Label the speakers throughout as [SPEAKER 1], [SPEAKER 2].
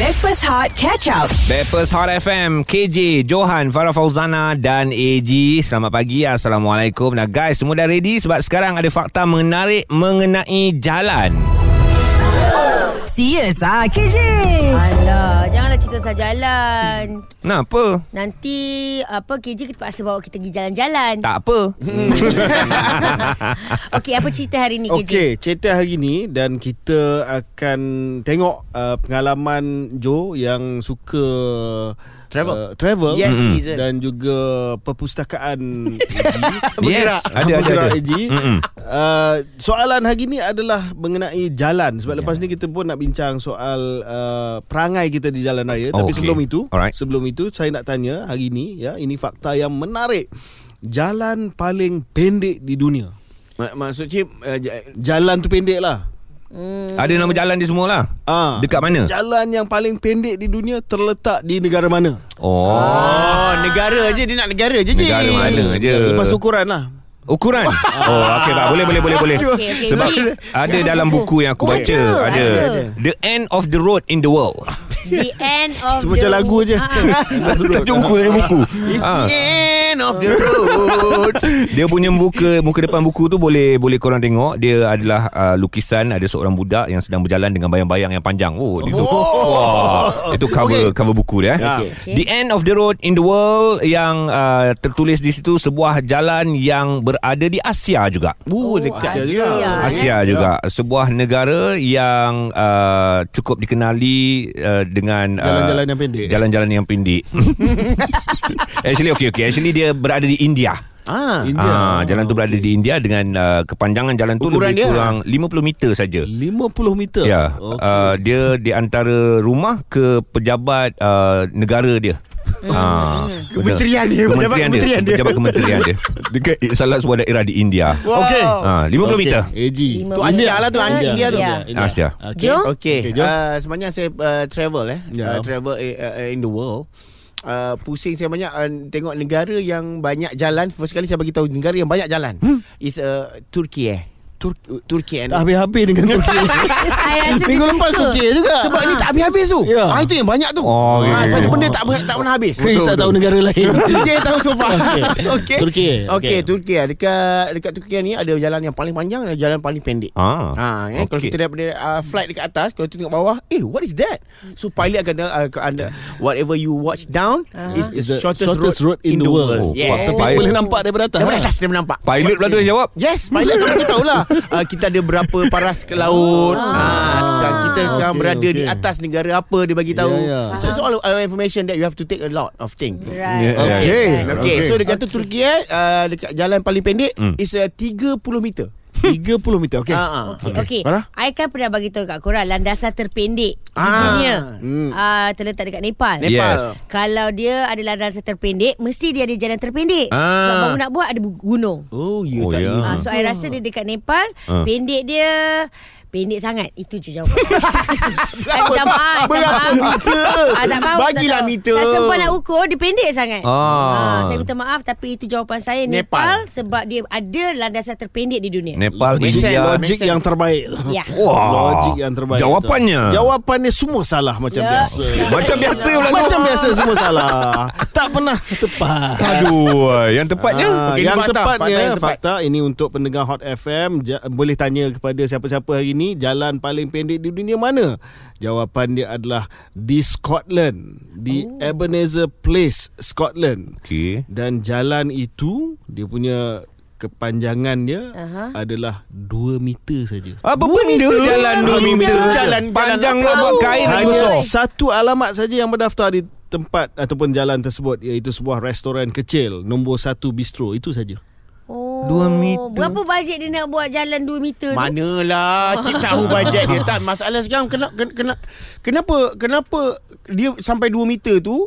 [SPEAKER 1] Backpass Hot Catch Up.
[SPEAKER 2] Bepers Hot FM KJ, Johan, Farah Fauzana dan AG Selamat pagi, Assalamualaikum Nah guys, semua dah ready Sebab sekarang ada fakta menarik mengenai jalan
[SPEAKER 1] Serius ah KJ.
[SPEAKER 3] Alah, janganlah cerita pasal jalan.
[SPEAKER 2] Kenapa?
[SPEAKER 3] Nanti apa KJ kita paksa bawa kita pergi jalan-jalan.
[SPEAKER 2] Tak apa
[SPEAKER 3] Hmm,
[SPEAKER 2] Hmm.
[SPEAKER 3] Okey, apa cerita hari ni KJ?
[SPEAKER 4] Okey, cerita hari ni dan kita akan tengok uh, pengalaman Joe yang suka
[SPEAKER 5] Travel.
[SPEAKER 4] uh, travel
[SPEAKER 5] Yes, Mm-mm. he's a-
[SPEAKER 4] dan juga perpustakaan
[SPEAKER 2] Yes, ada, ada,
[SPEAKER 4] bergerak
[SPEAKER 2] ada.
[SPEAKER 4] AG. Uh, soalan hari ni adalah mengenai jalan sebab
[SPEAKER 2] Ya.
[SPEAKER 4] lepas ni kita pun nak bincang soal uh, perangai kita di jalan raya
[SPEAKER 2] Oh,
[SPEAKER 4] tapi
[SPEAKER 2] okey.
[SPEAKER 4] sebelum itu
[SPEAKER 2] Alright.
[SPEAKER 4] sebelum itu saya nak tanya hari ni ya ini fakta yang menarik jalan paling pendek di dunia
[SPEAKER 5] Mak- Maksud cip uh, j-
[SPEAKER 4] jalan tu pendek lah
[SPEAKER 2] Ada nama jalan dia semua lah
[SPEAKER 4] Ah.
[SPEAKER 2] Dekat mana?
[SPEAKER 4] Jalan yang paling pendek di dunia terletak di negara mana?
[SPEAKER 2] Oh,
[SPEAKER 5] Oh negara je Dia nak negara je je
[SPEAKER 2] negara mana je
[SPEAKER 4] Lepas ukuran lah.
[SPEAKER 2] Ukuran? Oh, okey tak boleh boleh boleh boleh.
[SPEAKER 3] Ah. Okey, okey.
[SPEAKER 2] Sebab
[SPEAKER 3] Boleh.
[SPEAKER 2] ada
[SPEAKER 3] Dalam
[SPEAKER 2] dalam
[SPEAKER 3] buku.
[SPEAKER 2] buku yang aku
[SPEAKER 3] Oh,
[SPEAKER 2] baca
[SPEAKER 3] ada,
[SPEAKER 2] ada
[SPEAKER 3] ada.
[SPEAKER 2] The End of the Road in the World.
[SPEAKER 3] The end of
[SPEAKER 4] Itu
[SPEAKER 3] the...
[SPEAKER 4] macam lagu je.
[SPEAKER 3] Ah, ah.
[SPEAKER 2] Tajuk buku dari buku.
[SPEAKER 5] It's
[SPEAKER 2] Ah.
[SPEAKER 5] the end of the road
[SPEAKER 2] Dia punya muka muka depan buku tu boleh boleh korang tengok dia adalah uh, lukisan ada seorang budak yang sedang berjalan dengan bayang-bayang yang panjang. Oh, itu wah, itu cover okay. cover buku dia eh.
[SPEAKER 4] Ya.
[SPEAKER 2] Okay. The End of the Road in the World yang uh, tertulis di situ sebuah jalan yang berada di Asia juga.
[SPEAKER 5] Oh,
[SPEAKER 3] Asia
[SPEAKER 5] dekat
[SPEAKER 3] juga.
[SPEAKER 2] Asia juga sebuah negara yang uh, cukup dikenali uh, dengan uh,
[SPEAKER 4] Jalan-jalan yang pendek.
[SPEAKER 2] Jalan-jalan yang pendek. actually okey okey actually dia berada di India.
[SPEAKER 5] Ah,
[SPEAKER 4] India.
[SPEAKER 2] Ah, jalan tu berada di India dengan uh, kepanjangan jalan tu
[SPEAKER 5] Ukuran
[SPEAKER 2] lebih
[SPEAKER 5] dia?
[SPEAKER 2] kurang 50 meter saja.
[SPEAKER 4] 50 meter.
[SPEAKER 2] Ya, okay. uh, dia di antara rumah ke pejabat uh, negara dia. Ah,
[SPEAKER 5] Kementerian dia, pejabat
[SPEAKER 2] kementerian dia,
[SPEAKER 5] kementerian dia.
[SPEAKER 2] pejabat kementerian dia. Dekat salah sebuah daerah di India.
[SPEAKER 5] Wow.
[SPEAKER 4] Okey.
[SPEAKER 2] Ah, 50 okay. meter.
[SPEAKER 4] AG.
[SPEAKER 3] Lima
[SPEAKER 5] Tu
[SPEAKER 3] minit.
[SPEAKER 5] Asia lah tu India, India tu
[SPEAKER 3] India.
[SPEAKER 4] India.
[SPEAKER 2] Asia.
[SPEAKER 3] Jo?
[SPEAKER 5] Okay,
[SPEAKER 4] Okey, jom.
[SPEAKER 5] uh, Sebenarnya saya uh, travel eh
[SPEAKER 4] Ya.
[SPEAKER 5] yeah. uh, Travel eh, uh, in the world Uh, pusing saya banyak uh, tengok negara yang banyak jalan first kali saya bagi tahu negara yang banyak jalan hmm. is uh, Turki eh Tur- Turki and
[SPEAKER 4] Tak habis-habis dengan Turki.
[SPEAKER 3] Ah, I rasa dia
[SPEAKER 4] Minggu lepas
[SPEAKER 3] suka.
[SPEAKER 4] Turki juga.
[SPEAKER 5] sebab ni tak habis-habis tu
[SPEAKER 4] Ya.
[SPEAKER 5] ah, itu yang banyak tu
[SPEAKER 2] Oh, okey,
[SPEAKER 5] ah,
[SPEAKER 2] okey,
[SPEAKER 5] satu
[SPEAKER 2] okey.
[SPEAKER 5] benda tak, ber- tak pernah habis
[SPEAKER 4] Saya tak tahu negara lain.
[SPEAKER 5] DJ tahu so far
[SPEAKER 4] Okey.
[SPEAKER 5] okay.
[SPEAKER 4] Turki.
[SPEAKER 5] Okey,
[SPEAKER 4] Okey.
[SPEAKER 5] Turki lah. Dekat dekat Turki ni ada jalan yang paling panjang dan jalan paling pendek.
[SPEAKER 2] Ah.
[SPEAKER 5] Ha, eh, okay. kalau
[SPEAKER 2] Okey.
[SPEAKER 5] kita daripada uh, flight dekat atas, kalau kita tengok bawah, eh what is that? So pilot akan tell, uh, ke anda whatever you watch down
[SPEAKER 4] Ah.
[SPEAKER 5] uh-huh. is the, the shortest, shortest road, in the
[SPEAKER 2] Oh,
[SPEAKER 5] world.
[SPEAKER 2] kuat
[SPEAKER 5] Yeah.
[SPEAKER 2] terbaik.
[SPEAKER 4] Boleh nampak daripada atas.
[SPEAKER 5] Daripada atas dia nampak.
[SPEAKER 2] Pilot pula tu yang jawab.
[SPEAKER 5] Yes, pilot kan kita tahulah. Uh, kita ada berapa paras ke laut. Ah, sekarang kita sekarang
[SPEAKER 4] Okey,
[SPEAKER 5] berada di
[SPEAKER 4] okey.
[SPEAKER 5] atas negara apa dia bagi tahu.
[SPEAKER 4] Ya, ya.
[SPEAKER 5] So it's all uh, information that you have to take a lot of thing.
[SPEAKER 3] Right.
[SPEAKER 5] Okay.
[SPEAKER 4] Okey.
[SPEAKER 5] okay. okay. So dekat tu Turki eh uh, dekat jalan paling pendek
[SPEAKER 2] Hmm.
[SPEAKER 5] mm. is uh, 30 meter.
[SPEAKER 4] 30 meter. Okey.
[SPEAKER 5] Okay. Uh, uh.
[SPEAKER 3] Okey, okey.
[SPEAKER 4] Farah?
[SPEAKER 3] I kan pernah bagi tahu kat korang landasan terpendek ah. di
[SPEAKER 5] Ah.
[SPEAKER 3] dunia.
[SPEAKER 4] Hmm.
[SPEAKER 3] Ah, terletak dekat Nepal.
[SPEAKER 5] Nepal.
[SPEAKER 2] Yes.
[SPEAKER 3] Kalau dia ada landasan terpendek, mesti dia ada jalan terpendek.
[SPEAKER 2] Ah.
[SPEAKER 3] Sebab baru nak buat ada bu- gunung.
[SPEAKER 5] Oh, you
[SPEAKER 2] Oh,
[SPEAKER 5] tak
[SPEAKER 2] ya.
[SPEAKER 5] yeah.
[SPEAKER 3] Ah, so I rasa dia dekat Nepal,
[SPEAKER 5] Ha.
[SPEAKER 2] Ah.
[SPEAKER 3] pendek dia Pendek sangat Itu je jawapan I minta maaf
[SPEAKER 5] Berapa meter?
[SPEAKER 3] ah, tak maaf,
[SPEAKER 5] Bagilah
[SPEAKER 3] tak tahu.
[SPEAKER 5] meter.
[SPEAKER 3] Tak sempat nak ukur Dia pendek sangat
[SPEAKER 2] Ah.
[SPEAKER 3] Saya minta maaf Tapi itu jawapan saya Nepal,
[SPEAKER 5] Nepal.
[SPEAKER 3] Sebab dia ada landasan terpendek di dunia
[SPEAKER 2] Nepal,
[SPEAKER 5] Make sense.
[SPEAKER 2] India.
[SPEAKER 4] Logik yang terbaik.
[SPEAKER 3] Ya
[SPEAKER 2] Wah.
[SPEAKER 4] Logik yang terbaik. tu.
[SPEAKER 2] Jawapannya.
[SPEAKER 4] Jawapannya semua salah macam
[SPEAKER 3] Ya.
[SPEAKER 4] biasa.
[SPEAKER 2] Macam biasa pula tu.
[SPEAKER 4] Macam biasa semua salah. Tak pernah tepat.
[SPEAKER 2] Aduh, yang tepatnya.
[SPEAKER 4] Ah,
[SPEAKER 5] Okey,
[SPEAKER 4] yang
[SPEAKER 5] fakta,
[SPEAKER 4] tepatnya
[SPEAKER 5] fakta
[SPEAKER 4] fakta,
[SPEAKER 5] yang tepat.
[SPEAKER 4] ini untuk pendengar Hot FM ja, boleh tanya kepada siapa-siapa hari ini jalan paling pendek di dunia mana? Jawapan dia adalah di Scotland, di oh. Ebenezer Place, Scotland.
[SPEAKER 2] Okey.
[SPEAKER 4] Dan jalan itu dia punya kepanjangan dia uh-huh. adalah 2 meter saja.
[SPEAKER 2] Apa benda jalan 2 meter?
[SPEAKER 5] Jalan-
[SPEAKER 2] Panjang
[SPEAKER 5] jalan
[SPEAKER 2] nak buat
[SPEAKER 5] laut.
[SPEAKER 2] kain lagi
[SPEAKER 4] Hanya
[SPEAKER 2] besar.
[SPEAKER 4] satu alamat saja yang berdaftar di tempat ataupun jalan tersebut iaitu sebuah restoran kecil nombor satu bistro itu saja.
[SPEAKER 3] oh,
[SPEAKER 2] Dua meter.
[SPEAKER 3] Berapa bajet dia nak buat jalan 2 meter tu? Oh.
[SPEAKER 5] Manalah Cik tahu bajet dia Tak masalah sekarang kena, kena, kena, Kenapa Kenapa Dia sampai 2 meter tu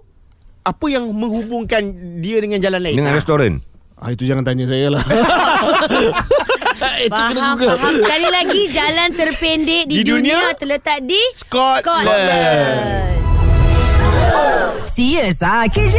[SPEAKER 5] Apa yang menghubungkan Dia dengan jalan lain
[SPEAKER 2] Dengan
[SPEAKER 5] Ah.
[SPEAKER 2] restoran.
[SPEAKER 4] Ah itu jangan tanya saya lah.
[SPEAKER 5] eh,
[SPEAKER 4] itu kena
[SPEAKER 3] Faham,
[SPEAKER 4] Google.
[SPEAKER 3] faham Sekali lagi Jalan terpendek di,
[SPEAKER 5] Di dunia?
[SPEAKER 3] dunia Terletak di
[SPEAKER 5] Scotland.
[SPEAKER 3] Scotland.
[SPEAKER 1] Serius ah KJ.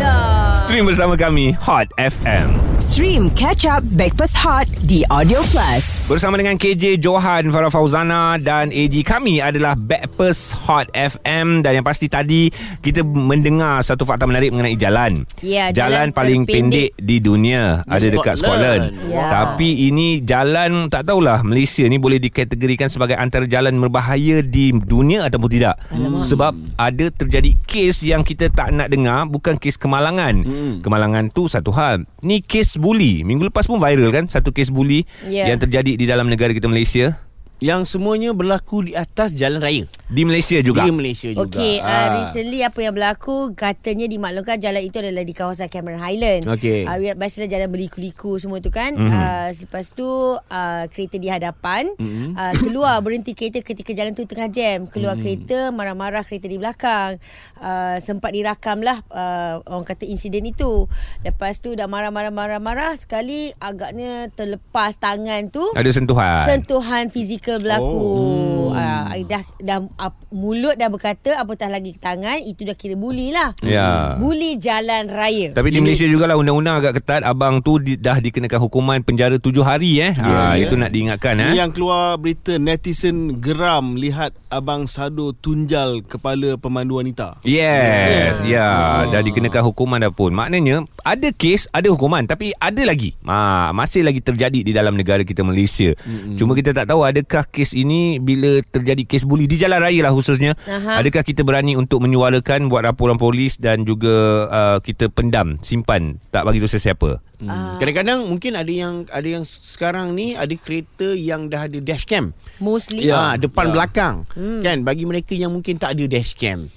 [SPEAKER 3] Lah.
[SPEAKER 2] Stream bersama kami Hot FM.
[SPEAKER 1] Stream Catch Up Backpass Hot di Audio Plus.
[SPEAKER 2] Bersama dengan KJ Johan, Farah Fauzana dan AG kami adalah Backpers Hot FM dan yang pasti tadi kita mendengar satu fakta menarik mengenai jalan.
[SPEAKER 3] Ya,
[SPEAKER 2] jalan,
[SPEAKER 3] jalan
[SPEAKER 2] paling pendek
[SPEAKER 3] terpendek.
[SPEAKER 2] di dunia
[SPEAKER 5] Di
[SPEAKER 2] ada dekat Scotland.
[SPEAKER 5] Scotland.
[SPEAKER 3] Ya.
[SPEAKER 2] Tapi ini jalan tak tahulah Malaysia ni boleh dikategorikan sebagai antara jalan berbahaya di dunia ataupun tidak. Sebab ada terjadi kes yang kita tak nak dengar bukan kes kemalangan.
[SPEAKER 4] Hmm.
[SPEAKER 2] Kemalangan tu satu hal. Ni kes buli. Minggu lepas pun viral kan satu kes buli
[SPEAKER 3] Ya.
[SPEAKER 2] yang terjadi di dalam negara kita Malaysia
[SPEAKER 5] Yang semuanya berlaku di atas jalan raya.
[SPEAKER 2] di Malaysia juga.
[SPEAKER 5] Di Malaysia juga.
[SPEAKER 3] Okey, uh,
[SPEAKER 5] Ah.
[SPEAKER 3] recently apa yang berlaku katanya dimaklumkan jalan itu adalah di kawasan Cameron Highland.
[SPEAKER 5] Okey. Mhm.
[SPEAKER 3] Uh, biasalah jalan berliku-liku semua tu kan. Mm-hmm. Uh, selepas tu uh, kereta di hadapan
[SPEAKER 5] Mhm.
[SPEAKER 3] mm-hmm. uh, keluar berhenti kereta ketika jalan tu tengah jam. Keluar mm. kereta marah-marah kereta di belakang. Uh, sempat dirakam lah uh, orang kata insiden itu. Lepas tu dah marah-marah-marah-marah sekali agaknya terlepas tangan tu
[SPEAKER 2] Ada sentuhan.
[SPEAKER 3] sentuhan fizikal berlaku. Oh. Uh, dah dah uh, mulut dah berkata apatah lagi tangan itu dah kira bully lah.
[SPEAKER 2] Ya.
[SPEAKER 3] Bully jalan raya.
[SPEAKER 2] Tapi di Malaysia jugalah undang-undang agak ketat abang tu di, dah dikenakan hukuman penjara tujuh hari eh. Yeah, ha
[SPEAKER 4] ya.
[SPEAKER 2] itu nak diingatkan eh.
[SPEAKER 4] Ini yang keluar berita netizen geram lihat abang Sado tunjal kepala pemandu wanita.
[SPEAKER 2] Yes, ya, yeah. dah dikenakan hukuman dah pun. Maknanya ada kes, ada hukuman tapi ada lagi. Ha, masih lagi terjadi di dalam negara kita Malaysia. Mm-hmm. Cuma kita tak tahu adakah kes ini bila terjadi kes buli di jalan raya lah khususnya,
[SPEAKER 3] Aha.
[SPEAKER 2] adakah kita berani untuk menyuarakan buat laporan polis dan juga uh, kita pendam, simpan, tak bagi tahu sesiapa.
[SPEAKER 3] ah.
[SPEAKER 5] Hmm. Kadang-kadang mungkin ada yang ada yang sekarang ni ada kereta yang dah ada dashcam.
[SPEAKER 3] Mostly
[SPEAKER 5] Ya, ha, depan ya. belakang. Hmm. Kan bagi mereka yang mungkin tak ada dashcam.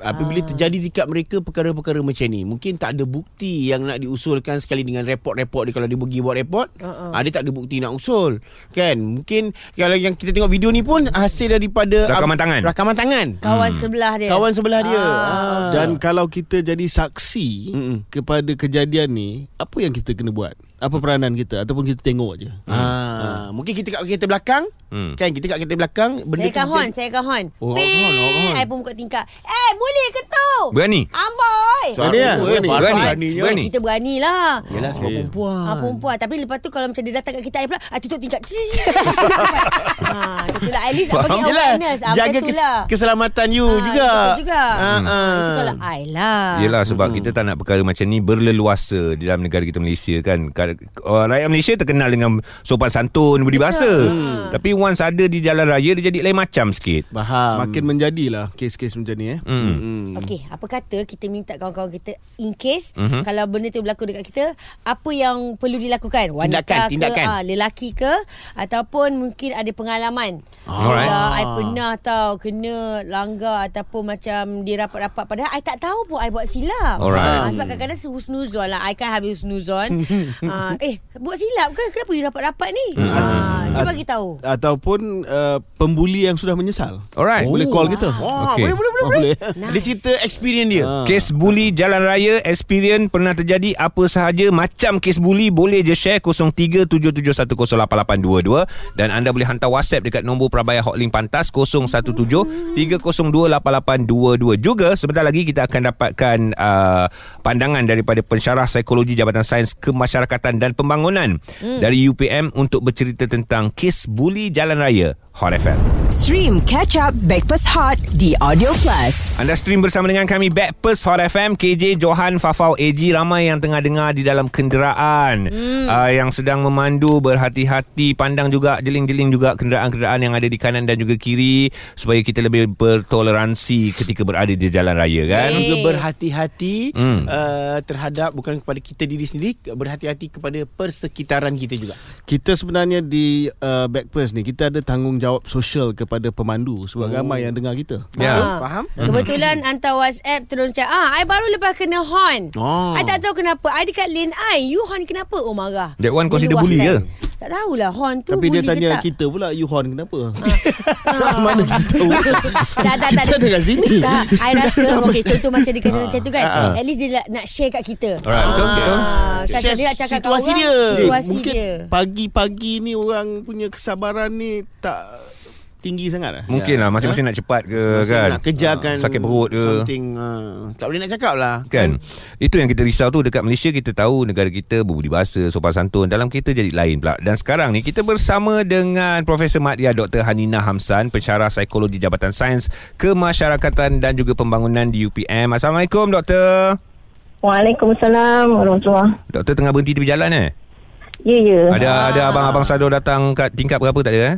[SPEAKER 5] Apabila terjadi dekat mereka perkara-perkara macam ni, mungkin tak ada bukti yang nak diusulkan sekali dengan report-report dia kalau dia pergi buat report, uh-uh. dia tak ada bukti nak usul. Kan? Mungkin kalau yang kita tengok video ni pun hasil daripada
[SPEAKER 2] Rakaman
[SPEAKER 5] ab-
[SPEAKER 2] tangan. Hmm.
[SPEAKER 5] Rakaman tangan.
[SPEAKER 3] kawan sebelah dia.
[SPEAKER 5] Hmm. Kawan sebelah
[SPEAKER 3] Ah.
[SPEAKER 5] dia. Ah.
[SPEAKER 4] Dan kalau kita jadi saksi
[SPEAKER 5] Mm-mm.
[SPEAKER 4] kepada kejadian ni, apa yang kita kena buat? Apa peranan kita ataupun kita tengok je?
[SPEAKER 5] Ah, mungkin kita kat kereta belakang,
[SPEAKER 2] Hmm.
[SPEAKER 5] kan kita kat kereta belakang benda
[SPEAKER 3] Saya
[SPEAKER 5] tu
[SPEAKER 3] kahon,
[SPEAKER 5] terjadi-
[SPEAKER 3] saya kahon.
[SPEAKER 5] Oh,
[SPEAKER 3] Ping,
[SPEAKER 5] kahon, kahon.
[SPEAKER 3] Saya pun buka tingkap. Eh, boleh ke tu?
[SPEAKER 2] Berani?
[SPEAKER 3] Amboi.
[SPEAKER 5] Suara
[SPEAKER 4] Berani, berani.
[SPEAKER 5] tu, eh, Farah
[SPEAKER 2] ya? Berani.
[SPEAKER 5] beraninya.
[SPEAKER 2] Berani.
[SPEAKER 3] Kita beranilah.
[SPEAKER 5] Yelah sebab perempuan.
[SPEAKER 3] Ah, perempuan Tapi lepas tu Kalau macam dia datang kat kita Saya pula ah, Tutup tingkat ha, Itulah At least bagi
[SPEAKER 5] Yelah,
[SPEAKER 3] awareness ah,
[SPEAKER 5] Jaga
[SPEAKER 3] Macam tu
[SPEAKER 5] kes-
[SPEAKER 3] lah
[SPEAKER 5] keselamatan you
[SPEAKER 3] Ah,
[SPEAKER 5] juga.
[SPEAKER 3] betul juga.
[SPEAKER 5] Ha, ha.
[SPEAKER 3] Itu kalau I lah
[SPEAKER 5] Ah.
[SPEAKER 2] Yelah sebab hmm. kita tak nak perkara macam ni berleluasa di dalam negara kita Malaysia kan. Kar- uh, Rakyat Malaysia terkenal dengan sopan santun, budi bahasa.
[SPEAKER 5] Mm.
[SPEAKER 2] Hmm. Tapi once ada di jalan raya dia jadi lain macam sikit.
[SPEAKER 5] Faham.
[SPEAKER 4] Makin menjadilah kes-kes macam ni eh.
[SPEAKER 2] Hmm.
[SPEAKER 3] Okey, apa kata kita minta kawan-kawan kita in case
[SPEAKER 2] Mhm.
[SPEAKER 3] mm-hmm. kalau benda tu berlaku dekat kita, apa yang perlu dilakukan? Wanita
[SPEAKER 5] Tindakan,
[SPEAKER 3] ke,
[SPEAKER 5] tindakan.
[SPEAKER 3] ah, lelaki ke ataupun mungkin ada pengalaman.
[SPEAKER 2] Alright.
[SPEAKER 3] Ah, I pernah tau kena langgar ataupun macam dia rapat-rapat padahal I tak tahu pun I buat silap.
[SPEAKER 2] Alright.
[SPEAKER 3] Ah, sebab kadang-kadang sehusnuzon lah. I kan habis husnuzon. ah, eh, buat silap ke? Kenapa you rapat-rapat ni?
[SPEAKER 2] Mm-hmm.
[SPEAKER 3] Ah, cuba bagi tahu.
[SPEAKER 4] Ataupun uh, pembuli yang sudah menyesal.
[SPEAKER 2] Alright.
[SPEAKER 4] Boleh call kita.
[SPEAKER 5] Oh. Wah,
[SPEAKER 2] Okey.
[SPEAKER 5] Ah, boleh, boleh, boleh,
[SPEAKER 4] Oh, boleh.
[SPEAKER 5] boleh. Nice. Dia cerita experience dia.
[SPEAKER 4] Ah.
[SPEAKER 2] Kes buli jalan raya Experience pernah terjadi Apa sahaja Macam kes buli Boleh je share 0377108822 Dan anda boleh hantar WhatsApp Dekat nombor Prabaya Hotlink Pantas 017-302-8822 Juga sebentar lagi Kita akan dapatkan uh, Pandangan daripada Pensyarah Psikologi Jabatan Sains Kemasyarakatan dan Pembangunan hmm. Dari UPM Untuk bercerita tentang Kes buli jalan raya Hot FM
[SPEAKER 1] Stream Catch Up Backpass Hot di Audio Plus.
[SPEAKER 2] Anda stream bersama dengan kami Backpers Hot FM KJ Johan Fafau AG Ramai yang tengah dengar di dalam kenderaan hmm. uh, Yang sedang memandu Berhati-hati Pandang juga Jeling-jeling juga Kenderaan-kenderaan yang ada di kanan dan juga kiri Supaya kita lebih bertoleransi Ketika berada di jalan raya kan
[SPEAKER 5] Dan juga
[SPEAKER 3] Eh.
[SPEAKER 5] berhati-hati
[SPEAKER 2] Hmm.
[SPEAKER 5] uh, terhadap bukan kepada kita diri sendiri, berhati-hati kepada persekitaran kita juga.
[SPEAKER 4] Kita sebenarnya di uh, Backpers ni kita ada tanggungjawab sosial kepada pemandu sebab oh. ramai yang dengar kita.
[SPEAKER 2] Ya.
[SPEAKER 5] Betul,
[SPEAKER 3] Ah.
[SPEAKER 5] Faham?
[SPEAKER 3] Kebetulan hantar WhatsApp terus macam ah I baru lepas kena horn.
[SPEAKER 5] Ah.
[SPEAKER 3] I tak tahu kenapa. I dekat lane I, you horn kenapa? Oh marah.
[SPEAKER 2] That one
[SPEAKER 3] Dia
[SPEAKER 2] consider
[SPEAKER 3] luahkan.
[SPEAKER 2] bully ke?
[SPEAKER 3] Tak tahulah horn tu
[SPEAKER 4] Tapi
[SPEAKER 3] bully
[SPEAKER 4] dia tanya
[SPEAKER 3] ke tak.
[SPEAKER 4] kita pula you horn kenapa?
[SPEAKER 3] Mana kita tahu Tak tak tak
[SPEAKER 4] Kita ada kat sini.
[SPEAKER 3] Tak I rasa Okay contoh macam dia kata macam tu kan At least dia nak- nak share kat kita
[SPEAKER 2] Alright betul, betul.
[SPEAKER 3] Ah, kan
[SPEAKER 5] Share
[SPEAKER 3] dia nak cakap kat
[SPEAKER 5] situasi
[SPEAKER 3] orang,
[SPEAKER 5] dia. Eh,
[SPEAKER 3] Situasi
[SPEAKER 4] mungkin
[SPEAKER 3] dia
[SPEAKER 4] pagi-pagi ni orang punya kesabaran ni tak tinggi sangat lah.
[SPEAKER 2] Mungkin lah masing-masing nak cepat ke
[SPEAKER 5] Masa
[SPEAKER 2] kan.
[SPEAKER 5] Nak kejarkan
[SPEAKER 2] sakit perut ke.
[SPEAKER 5] Something uh, Tak boleh nak cakap lah
[SPEAKER 2] Kan Itu yang kita risau tu Dekat Malaysia kita tahu Negara kita berbudi bahasa Sopan santun Dalam kita jadi lain pula Dan sekarang ni Kita bersama dengan Profesor Madya Dr. Hanina Hamsan Pencara Psikologi Jabatan Sains Kemasyarakatan dan juga Pembangunan di UPM Assalamualaikum Doktor
[SPEAKER 6] Waalaikumsalam warahmatullahi.
[SPEAKER 2] Doktor tengah berhenti tepi jalan eh
[SPEAKER 6] Ya ya.
[SPEAKER 2] Ada ada abang-abang Sado datang kat tingkat berapa tak ada eh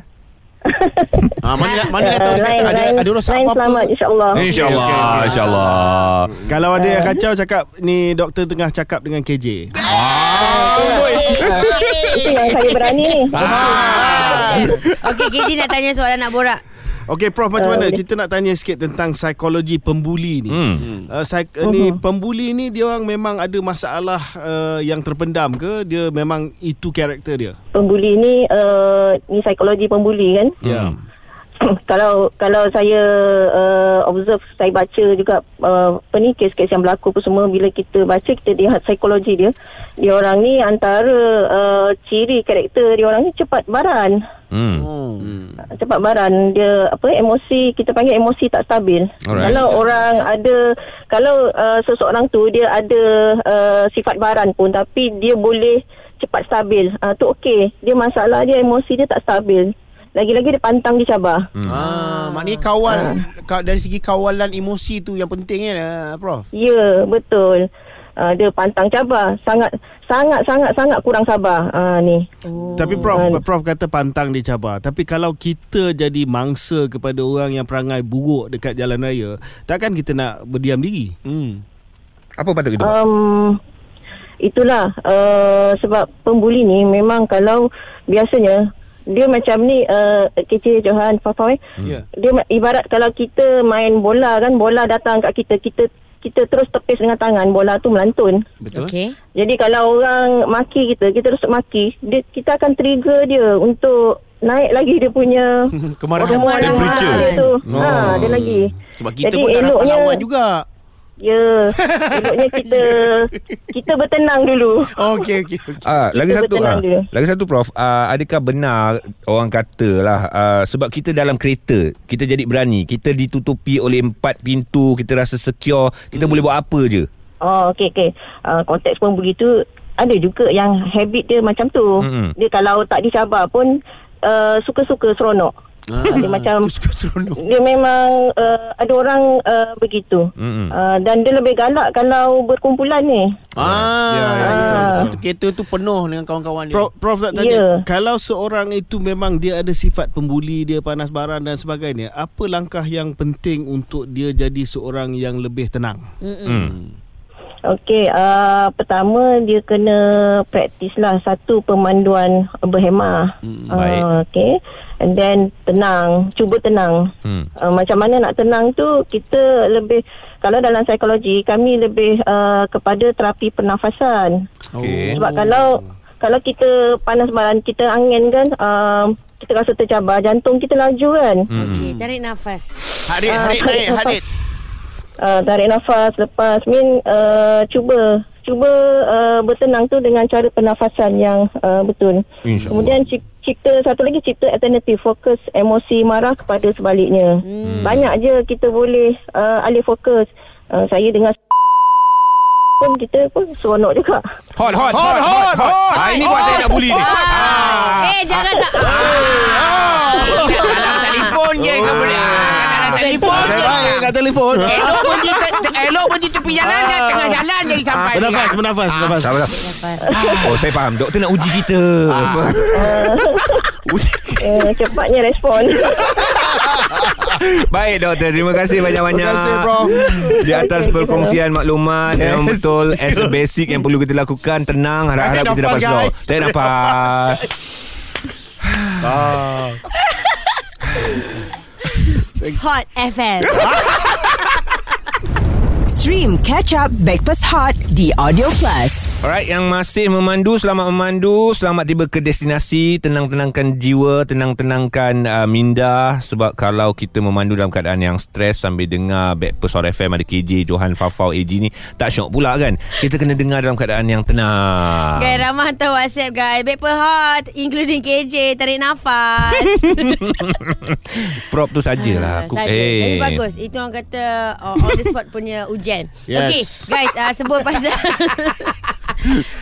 [SPEAKER 5] ha, Mana, mana dah tahu dia kata ada, ada rosak
[SPEAKER 6] Eh, lain
[SPEAKER 5] apa-apa
[SPEAKER 6] selamat insyaAllah.
[SPEAKER 2] InsyaAllah InsyaAllah
[SPEAKER 4] Kalau ada yang kacau cakap ni doktor tengah cakap dengan KJ.
[SPEAKER 6] Itu yang saya berani ni.
[SPEAKER 5] Ah.
[SPEAKER 3] Okey, KJ nak tanya soalan nak borak.
[SPEAKER 4] Okey Prof macam mana?
[SPEAKER 6] boleh.
[SPEAKER 4] Kita nak tanya sikit tentang psikologi pembuli ni.
[SPEAKER 2] Hmm.
[SPEAKER 4] Uh, psik- uh-huh. ni pembuli ni dia orang memang ada masalah uh, yang terpendam ke? Dia memang itu karakter dia.
[SPEAKER 6] Pembuli ni uh, ni psikologi pembuli kan.
[SPEAKER 2] Hmm.
[SPEAKER 4] Ya.
[SPEAKER 6] kalau kalau saya uh, observe saya baca juga uh, apa ni kes-kes yang berlaku apa semua bila kita baca kita lihat psikologi dia dia orang ni antara uh, ciri karakter dia orang ni cepat baran
[SPEAKER 2] Hmm.
[SPEAKER 6] cepat baran dia apa emosi kita panggil emosi tak stabil
[SPEAKER 2] Alright.
[SPEAKER 6] kalau orang ada kalau uh, seseorang tu dia ada uh, sifat baran pun tapi dia boleh cepat stabil uh, tu okey dia masalah dia emosi dia tak stabil lagi-lagi dia pantang dicabar
[SPEAKER 5] Ah, maknanya kawal ka- dari segi kawalan emosi tu yang penting kan ah, prof.
[SPEAKER 6] Ya, betul. Uh, dia pantang cabar, sangat sangat sangat sangat kurang sabar uh, ni.
[SPEAKER 4] Tapi Prof Prof kata pantang dicabar. Tapi kalau kita jadi mangsa kepada orang yang perangai buruk dekat jalan raya, takkan kita nak berdiam diri?
[SPEAKER 5] Hmm.
[SPEAKER 2] Apa patut kita buat
[SPEAKER 6] Um itulah uh, sebab pembuli ni memang kalau biasanya dia macam ni uh, KJ Johan Fafau eh.
[SPEAKER 5] Ya.
[SPEAKER 6] Dia ma- ibarat kalau kita main bola kan, bola datang kat kita, kita kita terus tepis dengan tangan, bola tu melantun.
[SPEAKER 5] Betul. Okay.
[SPEAKER 3] Okey.
[SPEAKER 6] Jadi kalau orang maki kita, kita terus maki, dia, kita akan trigger dia untuk naik lagi dia punya
[SPEAKER 5] Kemarahan
[SPEAKER 3] Kemarahan. Temperature.
[SPEAKER 6] dia tu.
[SPEAKER 2] No.
[SPEAKER 6] Ha, dia lagi.
[SPEAKER 5] sebab kita
[SPEAKER 6] Jadi
[SPEAKER 5] pun tak ada
[SPEAKER 6] eloknya-
[SPEAKER 5] pahlawan juga.
[SPEAKER 6] Ya, eloknya kita kita bertenang dulu.
[SPEAKER 5] Okey okey. okey.
[SPEAKER 2] Ah,
[SPEAKER 6] Kita
[SPEAKER 2] lagi satu ah,
[SPEAKER 6] bertenang dulu.
[SPEAKER 2] lagi satu prof, ah, adakah benar orang kata lah ah, sebab kita dalam kereta, kita jadi berani, kita ditutupi oleh empat pintu, kita rasa secure, kita boleh buat apa je.
[SPEAKER 6] Oh, okey okey. Uh, konteks pun begitu ada juga yang habit dia macam tu.
[SPEAKER 2] Mm-mm.
[SPEAKER 6] Dia kalau tak dicabar pun uh, suka-suka seronok.
[SPEAKER 2] Ah.
[SPEAKER 6] Dia macam
[SPEAKER 5] Suka seronok.
[SPEAKER 6] dia memang uh, ada orang uh, begitu.
[SPEAKER 2] Mm-mm.
[SPEAKER 6] Uh, dan dia lebih galak kalau berkumpulan ni.
[SPEAKER 5] Ah,
[SPEAKER 4] Ya, ya,
[SPEAKER 5] betul.
[SPEAKER 6] Ah.
[SPEAKER 5] satu kereta tu penuh dengan kawan-kawan dia.
[SPEAKER 4] Prof, Prof nak tanya,
[SPEAKER 6] Ya.
[SPEAKER 4] yeah. kalau seorang itu memang dia ada sifat pembuli, dia panas baran dan sebagainya, apa langkah yang penting untuk dia jadi seorang yang lebih tenang?
[SPEAKER 2] Hmm.
[SPEAKER 6] Okey, uh, pertama dia kena praktis lah satu pemanduan berhemah.
[SPEAKER 2] Mm,
[SPEAKER 6] Hmm,
[SPEAKER 2] baik.
[SPEAKER 6] Uh, Okey, and then tenang, cuba tenang.
[SPEAKER 2] Hmm.
[SPEAKER 6] Uh, macam mana nak tenang tu kita lebih kalau dalam psikologi kami lebih uh, kepada terapi pernafasan.
[SPEAKER 2] Okey.
[SPEAKER 6] Sebab kalau kalau kita panas baran kita angin kan, uh, kita rasa tercabar, jantung kita laju kan.
[SPEAKER 3] Okey, tarik nafas.
[SPEAKER 5] Harit, harit
[SPEAKER 6] tarik
[SPEAKER 5] naik, harit.
[SPEAKER 6] uh, tarik nafas lepas min uh, cuba cuba uh, bertenang tu dengan cara pernafasan yang uh, betul.
[SPEAKER 2] InsyaAllah.
[SPEAKER 6] Kemudian cip- cipta satu lagi cipta alternatif fokus emosi marah kepada sebaliknya. Hmm. Banyak je kita boleh uh, alih fokus. Uh, saya dengar pun kita pun seronok juga.
[SPEAKER 2] Hot hot hot hot. hot. Ah, ini buat saya nak bully ni.
[SPEAKER 3] Ah. Eh, jangan tak.
[SPEAKER 1] Ah,
[SPEAKER 5] Dalam telefon je kamu ni. Ah, Dalam telefon
[SPEAKER 4] Saya baik kat telefon.
[SPEAKER 5] Elok pun di te- elok pun di tepi jalan dan tengah jalan jadi sampai.
[SPEAKER 4] Bernafas, bernafas, bernafas.
[SPEAKER 2] Sabar, sabar. Oh, saya faham. Doktor nak uji kita. Uji.
[SPEAKER 6] Uh, cepatnya respon.
[SPEAKER 2] Baik doktor Terima kasih banyak-banyak
[SPEAKER 4] Terima kasih, Prof.
[SPEAKER 2] Di atas
[SPEAKER 6] Okey,
[SPEAKER 2] perkongsian maklumat yes. Yang
[SPEAKER 4] Yes.
[SPEAKER 2] betul As a basic yang perlu kita lakukan Tenang Harap-harap
[SPEAKER 5] Tarik
[SPEAKER 2] kita dapat
[SPEAKER 5] nafas,
[SPEAKER 2] slow
[SPEAKER 5] guys.
[SPEAKER 2] Tarik nafas
[SPEAKER 3] Hot FM.
[SPEAKER 1] Stream Catch Up Backpass Hot di Audio Plus.
[SPEAKER 2] Alright, yang masih memandu, selamat memandu. Selamat tiba ke destinasi. Tenang-tenangkan jiwa, tenang-tenangkan uh, minda. Sebab kalau kita memandu dalam keadaan yang stres sambil dengar Backpast Hot FM ada KJ, Johan, Fafau, AG ni, tak syok pula kan? Kita kena dengar dalam keadaan yang tenang.
[SPEAKER 3] Guys, ramah hantar Kan, WhatsApp guys. Back per hot including KJ tarik nafas.
[SPEAKER 2] Prop tu sajalah. Aku,
[SPEAKER 3] Ah, Saja. Tapi
[SPEAKER 2] eh.
[SPEAKER 3] bagus. Itu orang kata uh, on the spot punya ujian.
[SPEAKER 4] Yes.
[SPEAKER 3] Okay, guys, uh, sebut pasal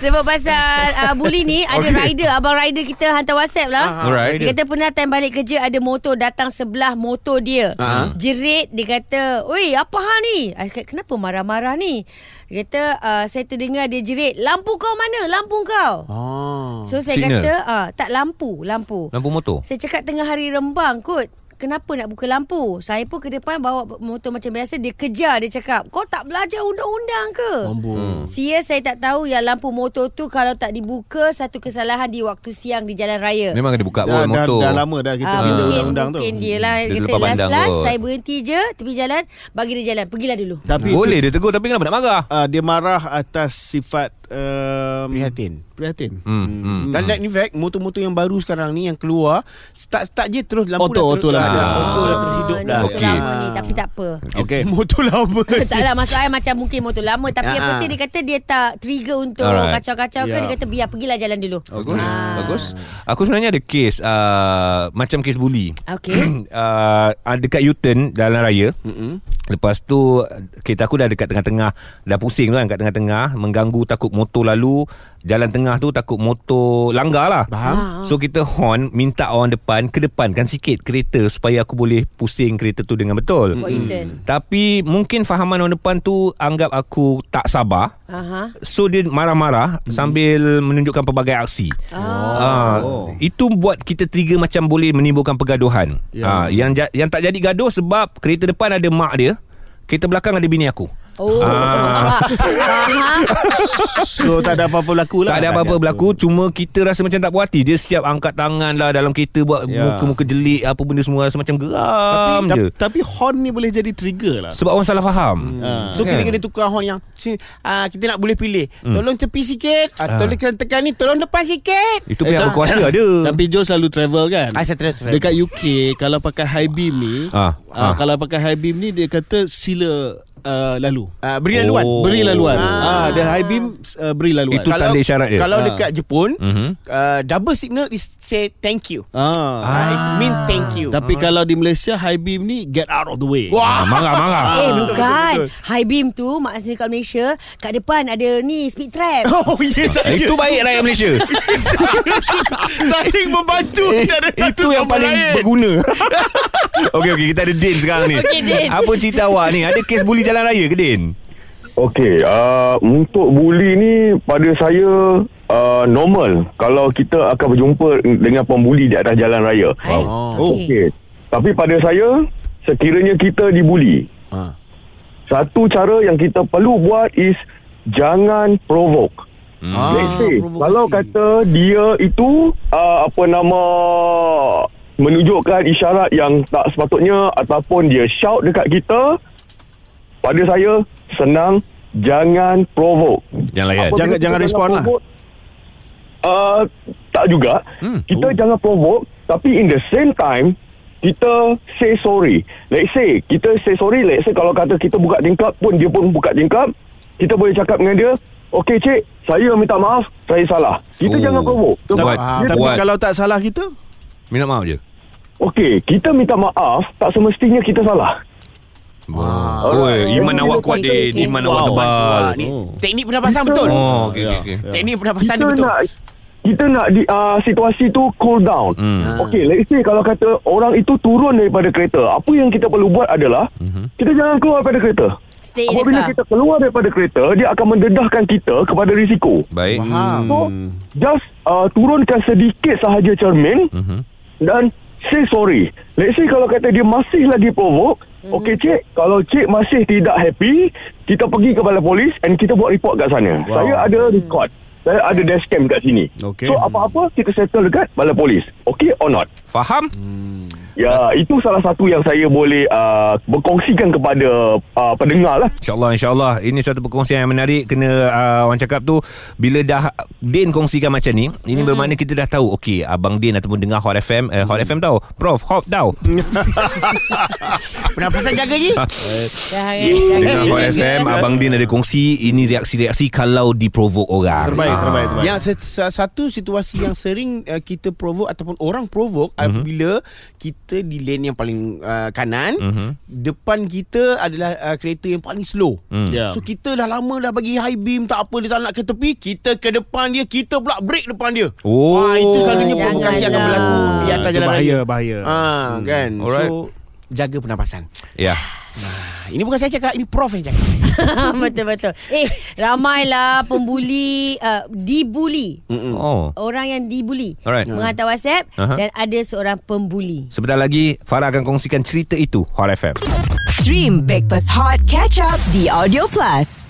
[SPEAKER 3] Sebab pasal uh, bully ni Ada
[SPEAKER 2] Okay. Ah,
[SPEAKER 3] rider Abang rider kita hantar whatsapp lah
[SPEAKER 5] Aha,
[SPEAKER 2] Alright.
[SPEAKER 3] Dia kata pernah time balik kerja Ada motor datang sebelah motor dia
[SPEAKER 2] Ah,
[SPEAKER 5] Aha.
[SPEAKER 3] Jerit Dia kata Oi apa hal ni I kata, Kenapa marah-marah ni Dia kata uh, Saya terdengar dia jerit Lampu kau mana Lampu kau
[SPEAKER 5] Ah.
[SPEAKER 3] So saya
[SPEAKER 2] Signal.
[SPEAKER 3] kata uh, Tak lampu Lampu
[SPEAKER 2] Lampu motor?
[SPEAKER 3] saya cakap tengah hari rembang kot. Kenapa nak buka lampu? Saya pun ke depan bawa motor macam biasa. Dia kejar. Dia cakap, kau tak belajar undang-undang ke?
[SPEAKER 2] Hmm.
[SPEAKER 5] Ambon.
[SPEAKER 3] Sia saya tak tahu yang lampu motor tu kalau tak dibuka satu kesalahan di waktu siang di jalan raya.
[SPEAKER 2] Memang kena buka
[SPEAKER 4] Dah,
[SPEAKER 2] pun
[SPEAKER 4] dah,
[SPEAKER 2] motor.
[SPEAKER 4] dah lama dah kita
[SPEAKER 3] Ah,
[SPEAKER 4] bina
[SPEAKER 3] mungkin,
[SPEAKER 4] undang-undang tu.
[SPEAKER 3] mungkin dia lah
[SPEAKER 2] Dia
[SPEAKER 3] dia kata
[SPEAKER 2] terlepas pandang
[SPEAKER 3] last-last
[SPEAKER 2] kot.
[SPEAKER 3] saya berhenti je tepi jalan bagi dia jalan pergilah dulu
[SPEAKER 4] Tapi
[SPEAKER 2] Boleh dia tegur tapi kenapa nak marah?
[SPEAKER 4] uh, dia marah atas sifat um,
[SPEAKER 5] Prihatin.
[SPEAKER 4] Prihatin.
[SPEAKER 2] Hmm, hmm.
[SPEAKER 5] Dan that in fact Motor-motor yang baru sekarang ni Yang keluar Start-start je terus Lampu
[SPEAKER 4] Auto,
[SPEAKER 5] dah terus
[SPEAKER 4] auto lah.
[SPEAKER 5] ada.
[SPEAKER 2] Ah.
[SPEAKER 5] Auto dah terus hidup
[SPEAKER 3] ni
[SPEAKER 5] dah
[SPEAKER 3] motor
[SPEAKER 2] Okey.
[SPEAKER 3] lama ni tapi tak apa
[SPEAKER 5] Okay Motor lama
[SPEAKER 3] Taklah lah, maksud saya macam mungkin motor lama Tapi yang
[SPEAKER 5] Ah, ah.
[SPEAKER 3] penting dia kata dia tak trigger untuk
[SPEAKER 2] Alright.
[SPEAKER 3] kacau-kacau ke
[SPEAKER 4] Ya.
[SPEAKER 3] Dia kata biar pergilah jalan dulu
[SPEAKER 2] Bagus. Bagus. Aku sebenarnya ada kes uh, macam kes buli.
[SPEAKER 3] Okay
[SPEAKER 2] uh, dekat U-turn jalan raya. Mm-hmm. Lepas tu kereta aku dah dekat tengah-tengah dah pusing tu kan kat tengah-tengah mengganggu takut motor lalu jalan tengah tu takut motor langgar lah.
[SPEAKER 3] Ah.
[SPEAKER 5] Faham.
[SPEAKER 2] So kita horn minta orang depan kedepankan sikit kereta supaya aku boleh pusing kereta tu dengan betul.
[SPEAKER 3] Buat U-turn.
[SPEAKER 2] Tapi mungkin fahaman orang depan tu anggap aku tak sabar.
[SPEAKER 3] Aha.
[SPEAKER 2] So dia marah-marah hmm. sambil menunjukkan pelbagai aksi. Oh.
[SPEAKER 5] Ah.
[SPEAKER 4] Oh.
[SPEAKER 2] itu buat kita trigger macam boleh menimbulkan pergaduhan. Yeah.
[SPEAKER 4] Ya.
[SPEAKER 2] yang ja- yang tak jadi gaduh sebab kereta depan ada mak dia, kereta belakang ada bini aku.
[SPEAKER 3] Oh.
[SPEAKER 2] Ah.
[SPEAKER 3] Faham.
[SPEAKER 4] So tak ada apa-apa berlaku lah.
[SPEAKER 2] tak ada apa-apa berlaku Cuma kita rasa macam tak puas hati Dia siap angkat tangan lah Dalam kereta Buat
[SPEAKER 4] Ya.
[SPEAKER 2] muka-muka jelik Apa benda semua Rasa macam geram
[SPEAKER 4] Tapi,
[SPEAKER 2] je
[SPEAKER 4] ta- tapi horn ni boleh jadi trigger lah.
[SPEAKER 2] Sebab orang salah faham Hmm.
[SPEAKER 4] Ah.
[SPEAKER 5] So
[SPEAKER 2] Kan?
[SPEAKER 5] kita kena tukar horn yang uh, Kita nak boleh pilih
[SPEAKER 2] Hmm.
[SPEAKER 5] Tolong tepi sikit uh, Tolong tekan ni Tolong depan sikit
[SPEAKER 2] Ah. Itu pihak berkuasa ada
[SPEAKER 4] Tapi Joe selalu travel kan
[SPEAKER 5] Ah, saya travel, travel.
[SPEAKER 4] Dekat UK Kalau pakai high beam ni
[SPEAKER 2] Ah,
[SPEAKER 4] ah,
[SPEAKER 2] ah.
[SPEAKER 4] ah. Kalau pakai high beam ni Dia kata sila uh, lalu
[SPEAKER 5] Ah, beri laluan.
[SPEAKER 4] oh. Beri laluan
[SPEAKER 5] Ah.
[SPEAKER 4] ah. ah, Dia high beam uh, Beri laluan
[SPEAKER 2] Itu- tanda isyarat dia.
[SPEAKER 5] Kalau
[SPEAKER 4] Ah.
[SPEAKER 5] dekat Jepun
[SPEAKER 2] Mhm.
[SPEAKER 5] uh, Double signal is say thank you
[SPEAKER 4] ah.
[SPEAKER 5] ah. It's mean thank you
[SPEAKER 4] Tapi kalau di Malaysia High beam ni Get out of the way
[SPEAKER 2] Ah, Marah-marah
[SPEAKER 3] Eh bukan High beam tu Maksudnya kat Malaysia Kat depan ada ni Speed trap
[SPEAKER 5] Oh ya yeah,
[SPEAKER 2] Ah, Itu baik rakyat Malaysia
[SPEAKER 5] Saling membantu Kita ada satu
[SPEAKER 2] Eh, Itu yang
[SPEAKER 5] sama
[SPEAKER 2] paling
[SPEAKER 5] lain.
[SPEAKER 2] berguna Okey okey kita ada Din sekarang ni.
[SPEAKER 3] Okey, Din.
[SPEAKER 2] Apa cerita awak ni? Ada kes buli jalan raya ke Din?
[SPEAKER 7] Okey, uh, untuk buli ni pada saya uh, normal kalau kita akan berjumpa dengan pembuli di atas jalan raya.
[SPEAKER 3] Oh. Okay.
[SPEAKER 7] Okey. Tapi pada saya sekiranya kita dibuli,
[SPEAKER 5] Ah.
[SPEAKER 7] satu cara yang kita perlu buat is jangan provoke.
[SPEAKER 2] Hmm.
[SPEAKER 5] Ah,
[SPEAKER 7] Let's say
[SPEAKER 5] provokasi.
[SPEAKER 7] kalau kata dia itu uh, apa nama menunjukkan isyarat yang tak sepatutnya ataupun dia shout dekat kita pada saya senang jangan provoke.
[SPEAKER 2] Jangan layan.
[SPEAKER 7] Apabila
[SPEAKER 4] jangan-
[SPEAKER 7] kita
[SPEAKER 4] jangan respon lah.
[SPEAKER 7] provoke, Uh, tak juga. Hmm. Kita oh. jangan provoke tapi in the same time kita say sorry. Let's say kita say sorry, let's say kalau kata kita buka tingkap pun dia pun buka tingkap, kita boleh cakap dengan dia, "Okey cik, saya minta maaf, saya salah."
[SPEAKER 2] Oh.
[SPEAKER 7] Kita oh. jangan provoke.
[SPEAKER 2] Buat-
[SPEAKER 7] dia-
[SPEAKER 4] Tapi
[SPEAKER 2] buat-
[SPEAKER 4] kalau tak salah kita
[SPEAKER 2] Minta maaf je.
[SPEAKER 7] Okey, kita minta maaf tak semestinya kita salah.
[SPEAKER 5] Ah.
[SPEAKER 2] Wah. Oi, iman
[SPEAKER 7] Okey,
[SPEAKER 2] awak kuat
[SPEAKER 3] okey,
[SPEAKER 2] Din.
[SPEAKER 3] okey.
[SPEAKER 2] Iman awak tebal.
[SPEAKER 5] Wah, Ah, ni Ya, Teknik pernafasan betul
[SPEAKER 2] Oh, okey okey okey.
[SPEAKER 5] Teknik pernafasan ni
[SPEAKER 7] kita
[SPEAKER 5] betul
[SPEAKER 7] nak kita nak di uh, situasi tu cool down.
[SPEAKER 2] Hmm.
[SPEAKER 5] Ah.
[SPEAKER 7] Hmm. Okey, let's say kalau kata orang itu turun daripada kereta, apa yang kita perlu buat adalah hmm. kita jangan keluar daripada kereta.
[SPEAKER 3] Stay in
[SPEAKER 5] Eh, Oh,
[SPEAKER 3] the
[SPEAKER 7] Apabila
[SPEAKER 3] car
[SPEAKER 7] kita keluar daripada kereta, dia akan mendedahkan kita kepada risiko.
[SPEAKER 2] Baik.
[SPEAKER 5] Faham
[SPEAKER 7] So,
[SPEAKER 4] hmm.
[SPEAKER 7] just uh, turunkan sedikit sahaja cermin
[SPEAKER 4] Hmm.
[SPEAKER 2] Mhm.
[SPEAKER 7] dan say sorry. Let's say kalau kata dia masih lagi provoke, Okey cik, kalau cik masih tidak happy, kita pergi ke balai polis and kita buat report kat sana.
[SPEAKER 4] Wow.
[SPEAKER 7] Wow. Saya ada record. Saya ada dashcam kat sini.
[SPEAKER 4] Okey.
[SPEAKER 7] So apa-apa kita settle dekat balai polis. Okey or not?
[SPEAKER 2] Faham?
[SPEAKER 7] Ya, itu salah satu yang saya boleh uh, berkongsikan kepada uh, pendengar lah.
[SPEAKER 2] InsyaAllah, insyaAllah. Ini satu perkongsian yang menarik. Kena uh, orang cakap tu, bila dah Din kongsikan macam ni,
[SPEAKER 3] Mhm.
[SPEAKER 2] ini bermakna kita dah tahu, okey, Abang Din ataupun dengar Hot FM, eh, Hot FM tau, Prof, Hot tau.
[SPEAKER 5] Pernafasan jaga je
[SPEAKER 3] Dah hari dah
[SPEAKER 2] Dengar
[SPEAKER 3] hari-
[SPEAKER 2] Hot
[SPEAKER 3] dah
[SPEAKER 2] FM,
[SPEAKER 3] hari-
[SPEAKER 2] Abang Din ada kongsi, ini reaksi-reaksi kalau diprovoke orang.
[SPEAKER 4] Terbaik, terbaik, terbaik.
[SPEAKER 5] Yang se- sa- satu situasi yang sering uh, kita provoke ataupun orang provoke
[SPEAKER 2] Mhm.
[SPEAKER 5] mm-hmm. apabila kita di lane yang paling uh, kanan,
[SPEAKER 2] Mhm.
[SPEAKER 5] mm-hmm. depan kita adalah uh, kereta yang paling slow.
[SPEAKER 2] Hmm.
[SPEAKER 5] Mm.
[SPEAKER 4] Ya.
[SPEAKER 5] Yeah. So kita dah lama dah bagi high beam tak apa dia tak nak ke tepi, kita ke depan dia, kita pula break depan dia.
[SPEAKER 2] Oh.
[SPEAKER 5] Ah, itu selalunya
[SPEAKER 3] Janganlah.
[SPEAKER 5] provokasi
[SPEAKER 4] lah.
[SPEAKER 5] akan berlaku di atas
[SPEAKER 4] Itu
[SPEAKER 5] jalan
[SPEAKER 4] bahaya,
[SPEAKER 5] raya.
[SPEAKER 4] bahaya.
[SPEAKER 5] Ah, kan.
[SPEAKER 2] Hmm. Alright.
[SPEAKER 5] So jaga pernapasan.
[SPEAKER 2] Ya.
[SPEAKER 5] Ah, ini bukan saya cakap, ini prof yang cakap. Hmm.
[SPEAKER 3] Betul betul. Eh, ramailah pembuli uh, dibuli.
[SPEAKER 5] Hmm.
[SPEAKER 2] Oh.
[SPEAKER 3] Orang yang dibuli
[SPEAKER 2] Alright.
[SPEAKER 3] menghantar WhatsApp
[SPEAKER 2] Aha.
[SPEAKER 3] dan ada seorang pembuli.
[SPEAKER 2] Sebentar lagi, Farah akan kongsikan cerita itu, Hot FM.
[SPEAKER 1] Stream Breakfast Hot Catch Up The Audio Plus.